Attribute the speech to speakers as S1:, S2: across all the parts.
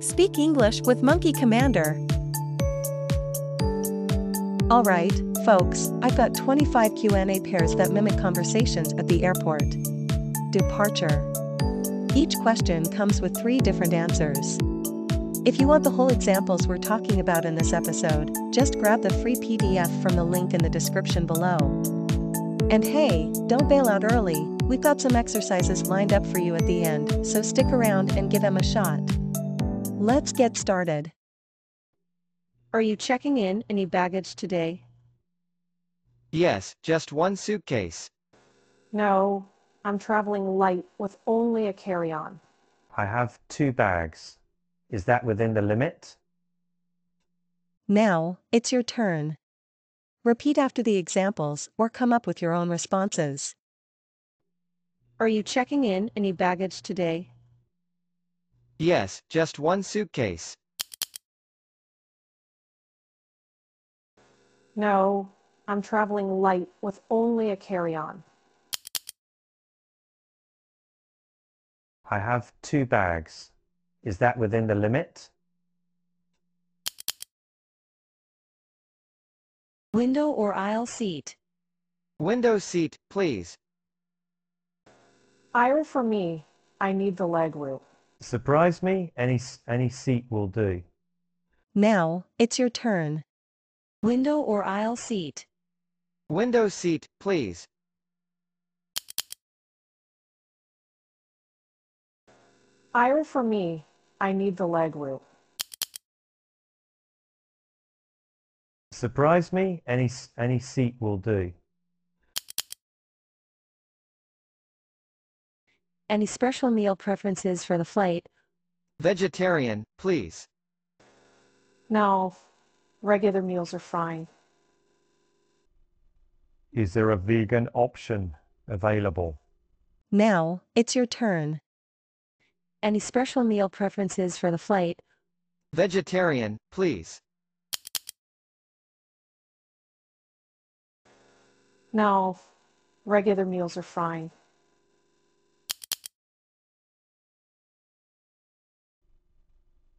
S1: Speak English with Monkey Commander. Alright, folks, I've got 25 Q&A pairs that mimic conversations at the airport. Departure. Each question comes with three different answers. If you want the whole examples we're talking about in this episode, just grab the free PDF from the link in the description below. And hey, don't bail out early, we've got some exercises lined up for you at the end, so stick around and give them a shot. Let's get started. Are you checking in any baggage today?
S2: Yes, just one suitcase.
S3: No, I'm traveling light with only a carry-on.
S4: I have two bags. Is that within the limit?
S1: Now, it's your turn. Repeat after the examples or come up with your own responses. Are you checking in any baggage today?
S2: Yes, just one suitcase.
S3: No, I'm traveling light with only a carry-on.
S4: I have two bags. Is that within the limit?
S5: Window or aisle seat.
S2: Window seat, please.
S3: Ira for me, I need the leg room.
S4: Surprise me, any, s- any seat will do.
S1: Now, it's your turn.
S5: Window or aisle seat.
S2: Window seat, please.
S3: Ira for me, I need the leg room.
S4: Surprise me, any, s- any seat will do.
S5: Any special meal preferences for the flight?
S2: Vegetarian, please.
S3: No, regular meals are fine.
S4: Is there a vegan option available?
S1: Now, it's your turn.
S5: Any special meal preferences for the flight?
S2: Vegetarian, please.
S3: No, regular meals are fine.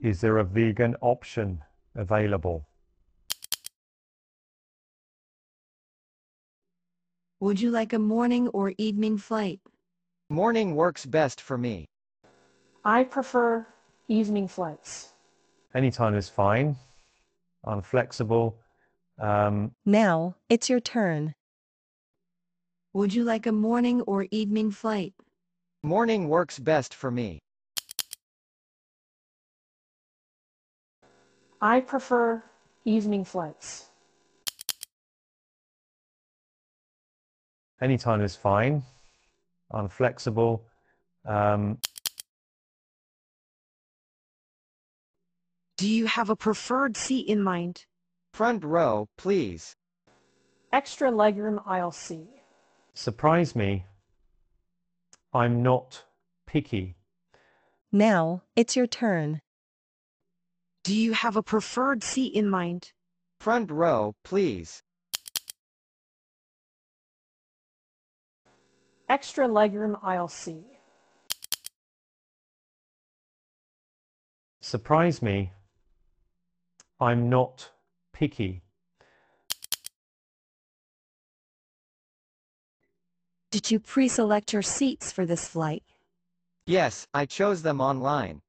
S4: Is there a vegan option available?
S5: Would you like a morning or evening flight?
S2: Morning works best for me.
S3: I prefer evening flights.
S4: Anytime is fine. I'm flexible. Um,
S1: Now, it's your turn.
S5: Would you like a morning or evening flight?
S2: Morning works best for me.
S3: I prefer evening flights.
S4: anytime is fine. I'm flexible. Um,
S6: Do you have a preferred seat in mind?
S2: Front row, please.
S3: Extra legroom aisle seat.
S4: surprise me. I'm not picky.
S1: Now, it's your turn.
S6: Do you have a preferred seat in mind?
S2: Front row, please.
S3: Extra legroom aisle seat.
S4: Surprise me. I'm not picky.
S5: Did you pre-select your seats for this flight?
S2: Yes, I chose them online.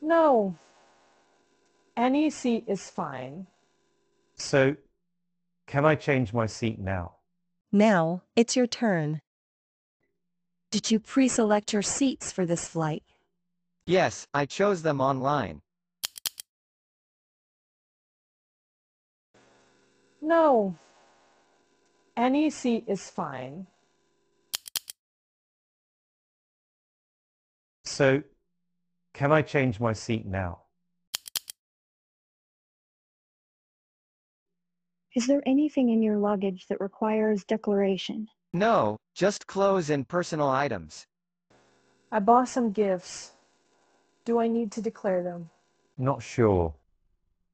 S3: No. Any seat is fine.
S4: So, can I change my seat now?
S1: Now, it's your turn.
S5: Did you pre-select your seats for this flight?
S2: Yes, I chose them online.
S3: No. Any seat is fine.
S4: So, can I change my seat now?
S7: Is there anything in your luggage that requires declaration?
S2: No, just clothes and personal items.
S3: I bought some gifts. Do I need to declare them?
S4: Not sure.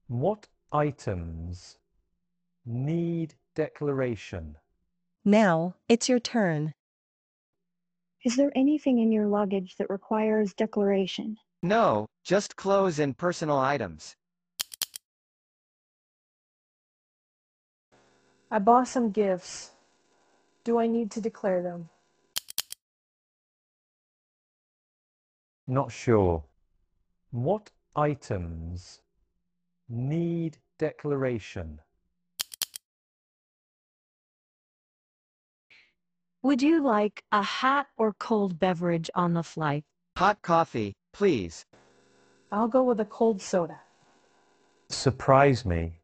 S4: What items need declaration?
S1: Now, it's your turn.
S7: Is there anything in your luggage that requires declaration?
S2: No, just clothes and personal items.
S3: I bought some gifts. Do I need to declare them?
S4: Not sure. What items need declaration?
S5: Would you like a hot or cold beverage on the flight?
S2: Hot coffee, please.
S3: I'll go with a cold soda.
S4: Surprise me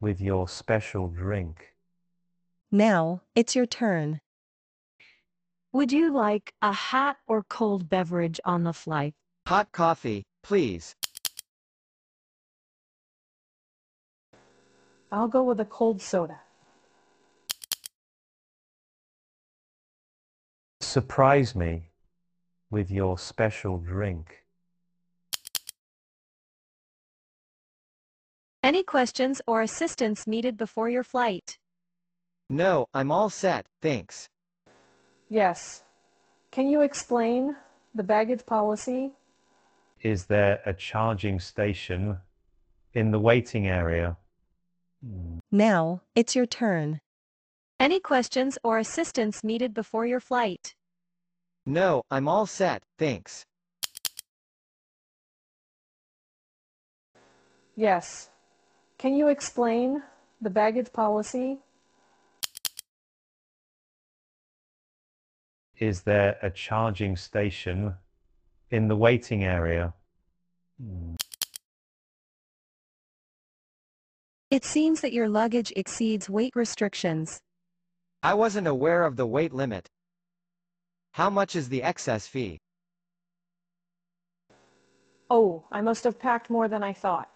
S4: with your special drink.
S1: Now, it's your turn.
S5: Would you like a hot or cold beverage on the flight?
S2: Hot coffee, please.
S3: I'll go with a cold soda.
S4: Surprise me with your special drink.
S5: Any questions or assistance needed before your flight?
S2: No, I'm all set, thanks.
S3: Yes. Can you explain the baggage policy?
S4: Is there a charging station in the waiting area?
S1: Now, it's your turn.
S5: Any questions or assistance needed before your flight?
S2: No, I'm all set, thanks.
S3: Yes. Can you explain the baggage policy?
S4: Is there a charging station in the waiting area?
S5: It seems that your luggage exceeds weight restrictions.
S2: I wasn't aware of the weight limit. How much is the excess fee?
S3: Oh, I must have packed more than I thought.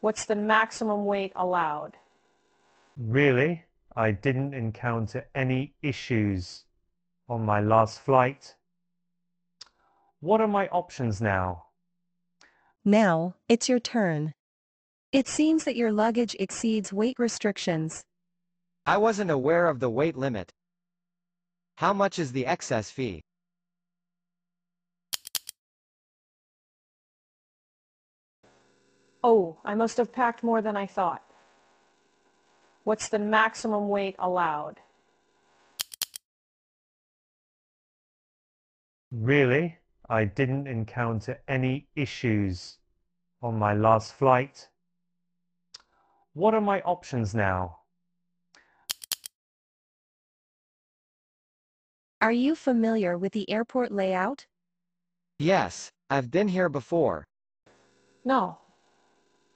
S3: What's the maximum weight allowed?
S4: Really? I didn't encounter any issues on my last flight. What are my options now?
S1: Now, it's your turn.
S5: It seems that your luggage exceeds weight restrictions.
S2: I wasn't aware of the weight limit. How much is the excess fee?
S3: Oh, I must have packed more than I thought. What's the maximum weight allowed?
S4: Really? I didn't encounter any issues on my last flight. What are my options now?
S5: Are you familiar with the airport layout?
S2: Yes, I've been here before.
S3: No.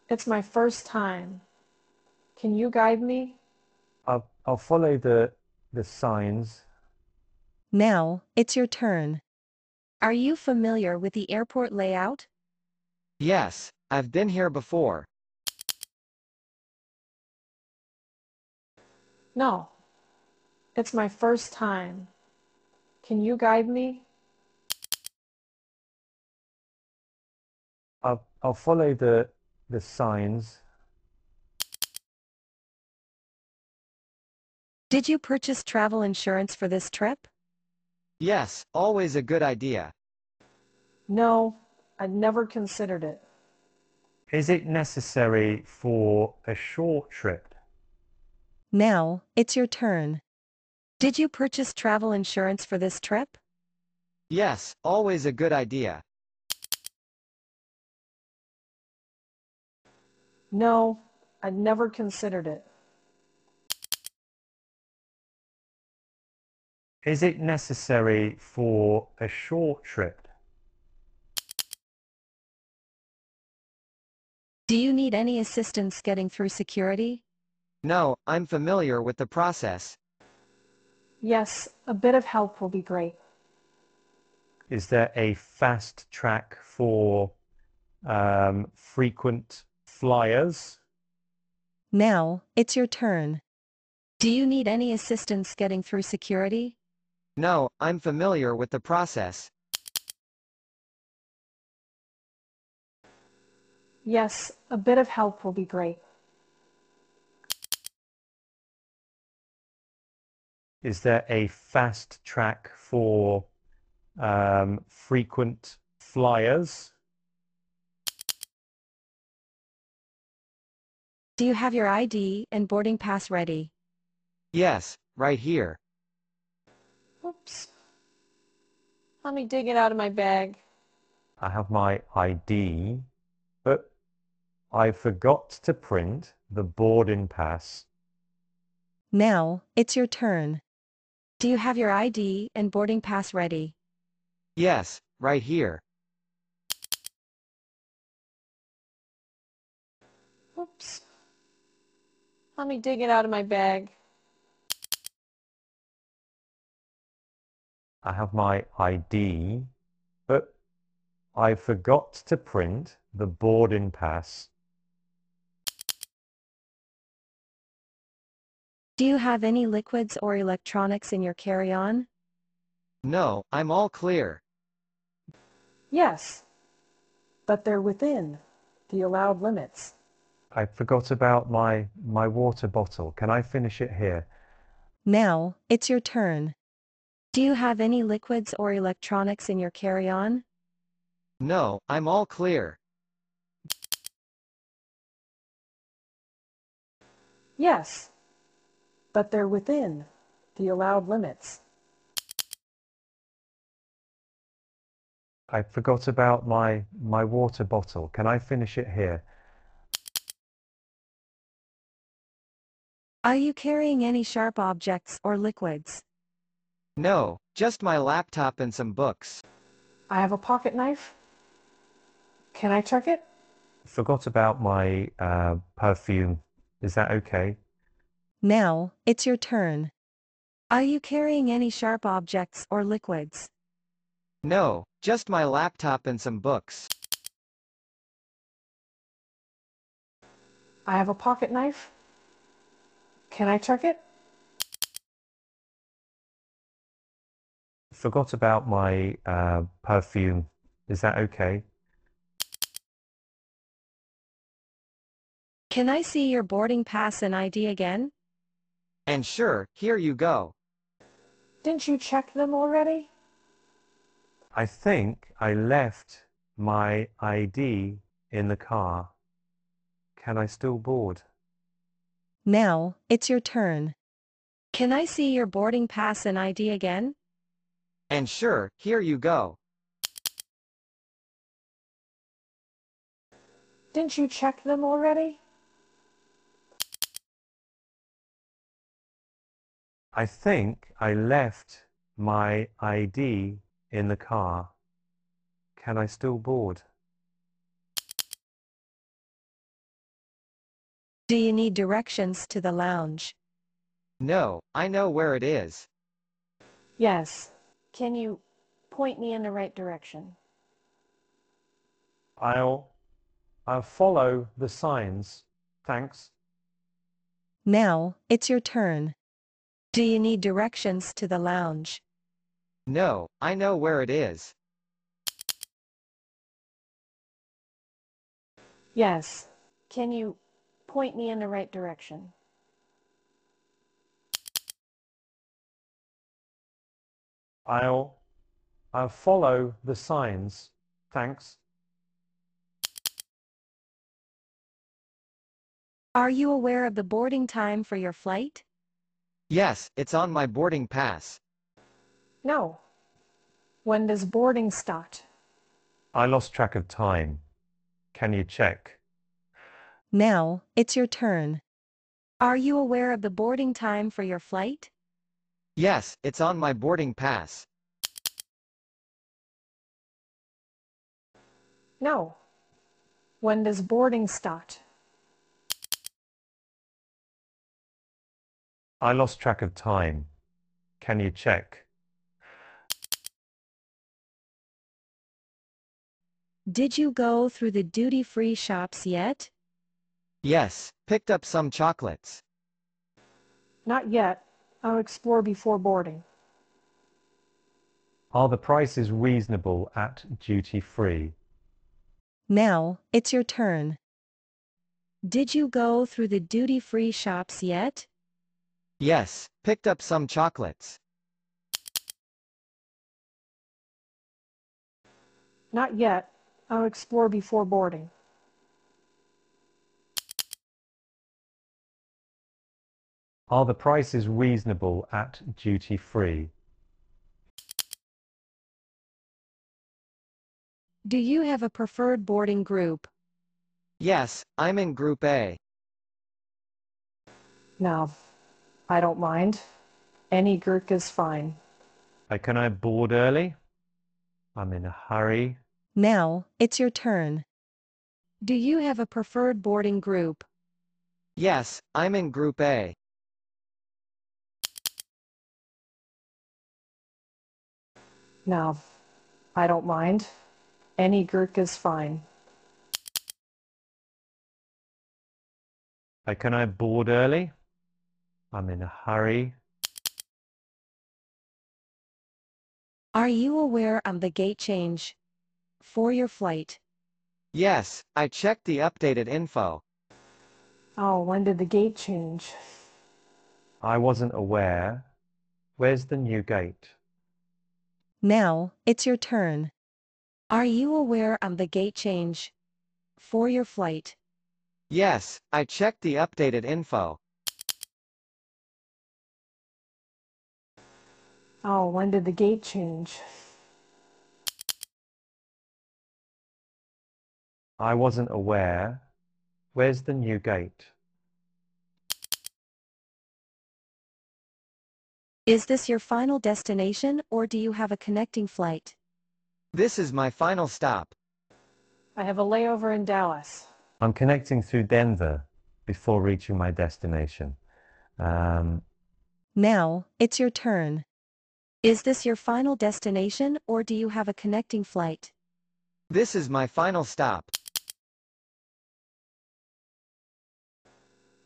S3: It's my first time. Can you guide me?
S4: I'll, I'll follow the, the signs.
S1: Now, it's your turn.
S5: Are you familiar with the airport layout?
S2: Yes, I've been here before.
S3: No. It's my first time. Can you guide me?
S4: I'll, I'll follow the, the signs.
S5: Did you purchase travel insurance for this trip?
S2: Yes, always a good idea.
S3: No, I never considered it.
S4: Is it necessary for a short trip?
S1: Now, it's your turn.
S5: Did you purchase travel insurance for this trip?
S2: Yes, always a good idea.
S3: No, I never considered it.
S4: Is it necessary for a short trip?
S5: Do you need any assistance getting through security?
S2: No, I'm familiar with the process.
S3: Yes, a bit of help will be great.
S4: Is there a fast track for um, frequent flyers?
S1: Now, it's your turn.
S5: Do you need any assistance getting through security?
S2: No, I'm familiar with the process.
S3: Yes, a bit of help will be great.
S4: Is there a fast track for um, frequent flyers.
S1: Do you have your ID and boarding pass ready?
S2: Yes, right here.
S3: Oops. Let me dig it out of my bag.
S4: I have my ID, but I forgot to print the boarding pass.
S1: Now, it's your turn. Do you have your ID and boarding pass ready?
S2: Yes, right here.
S3: Oops. Let me dig it out of my bag.
S4: I have my ID, but I forgot to print the boarding pass.
S1: Do you have any liquids or electronics in your carry-on?
S2: No, I'm all clear.
S3: Yes. But they're within the allowed limits.
S4: I forgot about my my water bottle. Can I finish it here?
S1: Now, it's your turn. Do you have any liquids or electronics in your carry-on?
S2: No, I'm all clear.
S3: Yes. But they're within the allowed limits.
S4: I forgot about my my water bottle. Can I finish it here?
S1: Are you carrying any sharp objects or liquids?
S2: No, just my laptop and some books.
S3: I have a pocket knife. Can I check it?
S4: Forgot about my uh, perfume. Is that okay?
S1: Now, it's your turn. Are you carrying any sharp objects or liquids?
S2: No, just my laptop and some books.
S3: I have a pocket knife. Can I check it?
S4: Forgot about my uh, perfume. Is that okay?
S1: Can I see your boarding pass and ID again?
S2: And sure, here you go.
S3: Didn't you check them already?
S4: I think I left my ID in the car. Can I still board?
S1: Now, it's your turn. Can I see your boarding pass and ID again?
S2: And sure, here you go.
S3: Didn't you check them already?
S4: I think I left my ID in the car. Can I still board?
S1: Do you need directions to the lounge?
S2: No, I know where it is.
S3: Yes. Can you point me in the right direction?
S4: I'll I'll follow the signs. Thanks.
S1: Now, it's your turn. Do you need directions to the lounge?
S2: No, I know where it is.
S3: Yes. Can you point me in the right direction?
S4: I'll I'll follow the signs. Thanks.
S1: Are you aware of the boarding time for your flight?
S2: Yes, it's on my boarding pass.
S3: No. When does boarding start?
S4: I lost track of time. Can you check?
S1: Now, it's your turn. Are you aware of the boarding time for your flight?
S2: Yes, it's on my boarding pass.
S3: No. When does boarding start?
S4: I lost track of time. Can you check?
S5: Did you go through the duty-free shops yet?
S2: Yes, picked up some chocolates.
S3: Not yet. I'll explore before boarding.
S4: Are the prices reasonable at duty free?
S1: Now, it's your turn.
S5: Did you go through the duty-free shops yet?
S2: Yes, picked up some chocolates.
S3: Not yet. I'll explore before boarding.
S4: Are the prices reasonable at duty free?
S5: Do you have a preferred boarding group?
S2: Yes, I'm in Group A.
S3: Now, I don't mind. Any group is fine.
S4: Uh, can I board early? I'm in a hurry.
S1: Now, it's your turn.
S5: Do you have a preferred boarding group?
S2: Yes, I'm in Group A.
S3: Now, I don't mind. Any group is fine.
S4: Uh, can I board early? I'm in a hurry.
S5: Are you aware of the gate change for your flight?
S2: Yes, I checked the updated info.
S3: Oh, when did the gate change?
S4: I wasn't aware. Where's the new gate?
S1: Now, it's your turn.
S5: Are you aware of the gate change for your flight?
S2: Yes, I checked the updated info.
S3: Oh, when did the gate change?
S4: I wasn't aware. Where's the new gate?
S5: Is this your final destination or do you have a connecting flight?
S2: This is my final stop.
S3: I have a layover in Dallas.
S4: I'm connecting through Denver before reaching my destination. Um,
S1: Now, it's your turn.
S5: Is this your final destination or do you have a connecting flight?
S2: This is my final stop.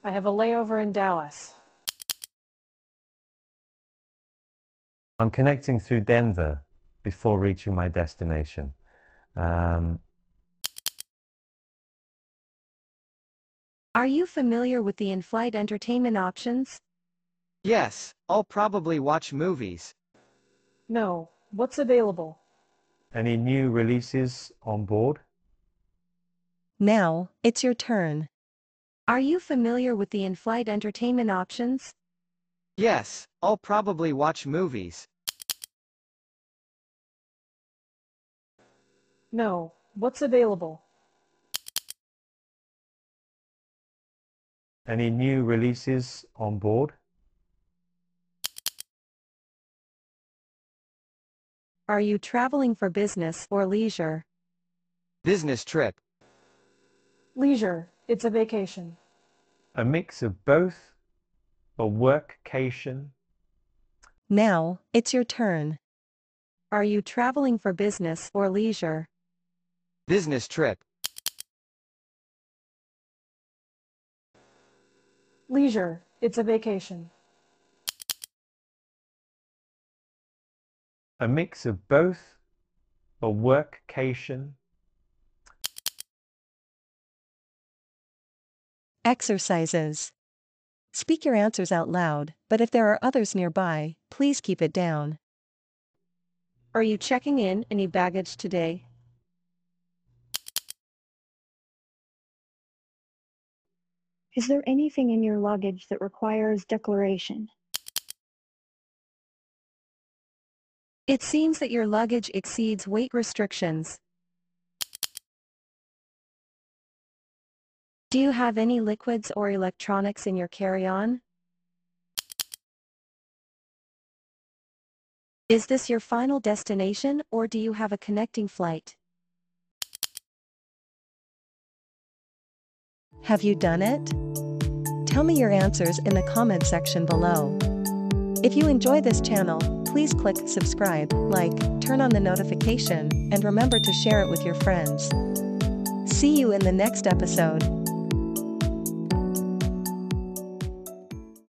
S3: I have a layover in Dallas.
S4: I'm connecting through Denver before reaching my destination. Um,
S5: Are you familiar with the in-flight entertainment options?
S2: Yes, I'll probably watch movies.
S3: No, what's available?
S4: any new releases on board?
S1: Now, it's your turn.
S5: Are you familiar with the in-flight entertainment options?
S2: Yes, I'll probably watch movies.
S3: No, what's available?
S4: Any new releases on board?
S5: Are you traveling for business or leisure?
S2: Business trip.
S3: Leisure. It's a vacation.
S4: A mix of both? A workcation?
S1: Now, it's your turn.
S5: Are you traveling for business or leisure?
S2: Business trip.
S3: Leisure. It's a vacation.
S4: A mix of both? A workcation?
S1: Exercises. Speak your answers out loud, but if there are others nearby, please keep it down.
S5: Are you checking in any baggage today?
S7: Is there anything in your luggage that requires declaration?
S5: It seems that your luggage exceeds weight restrictions. Do you have any liquids or electronics in your carry-on? Is this your final destination or do you have a connecting flight?
S1: Have you done it? Tell me your answers in the comment section below. If you enjoy this channel, please click subscribe, like, turn on the notification, and remember to share it with your friends. See you in the next episode.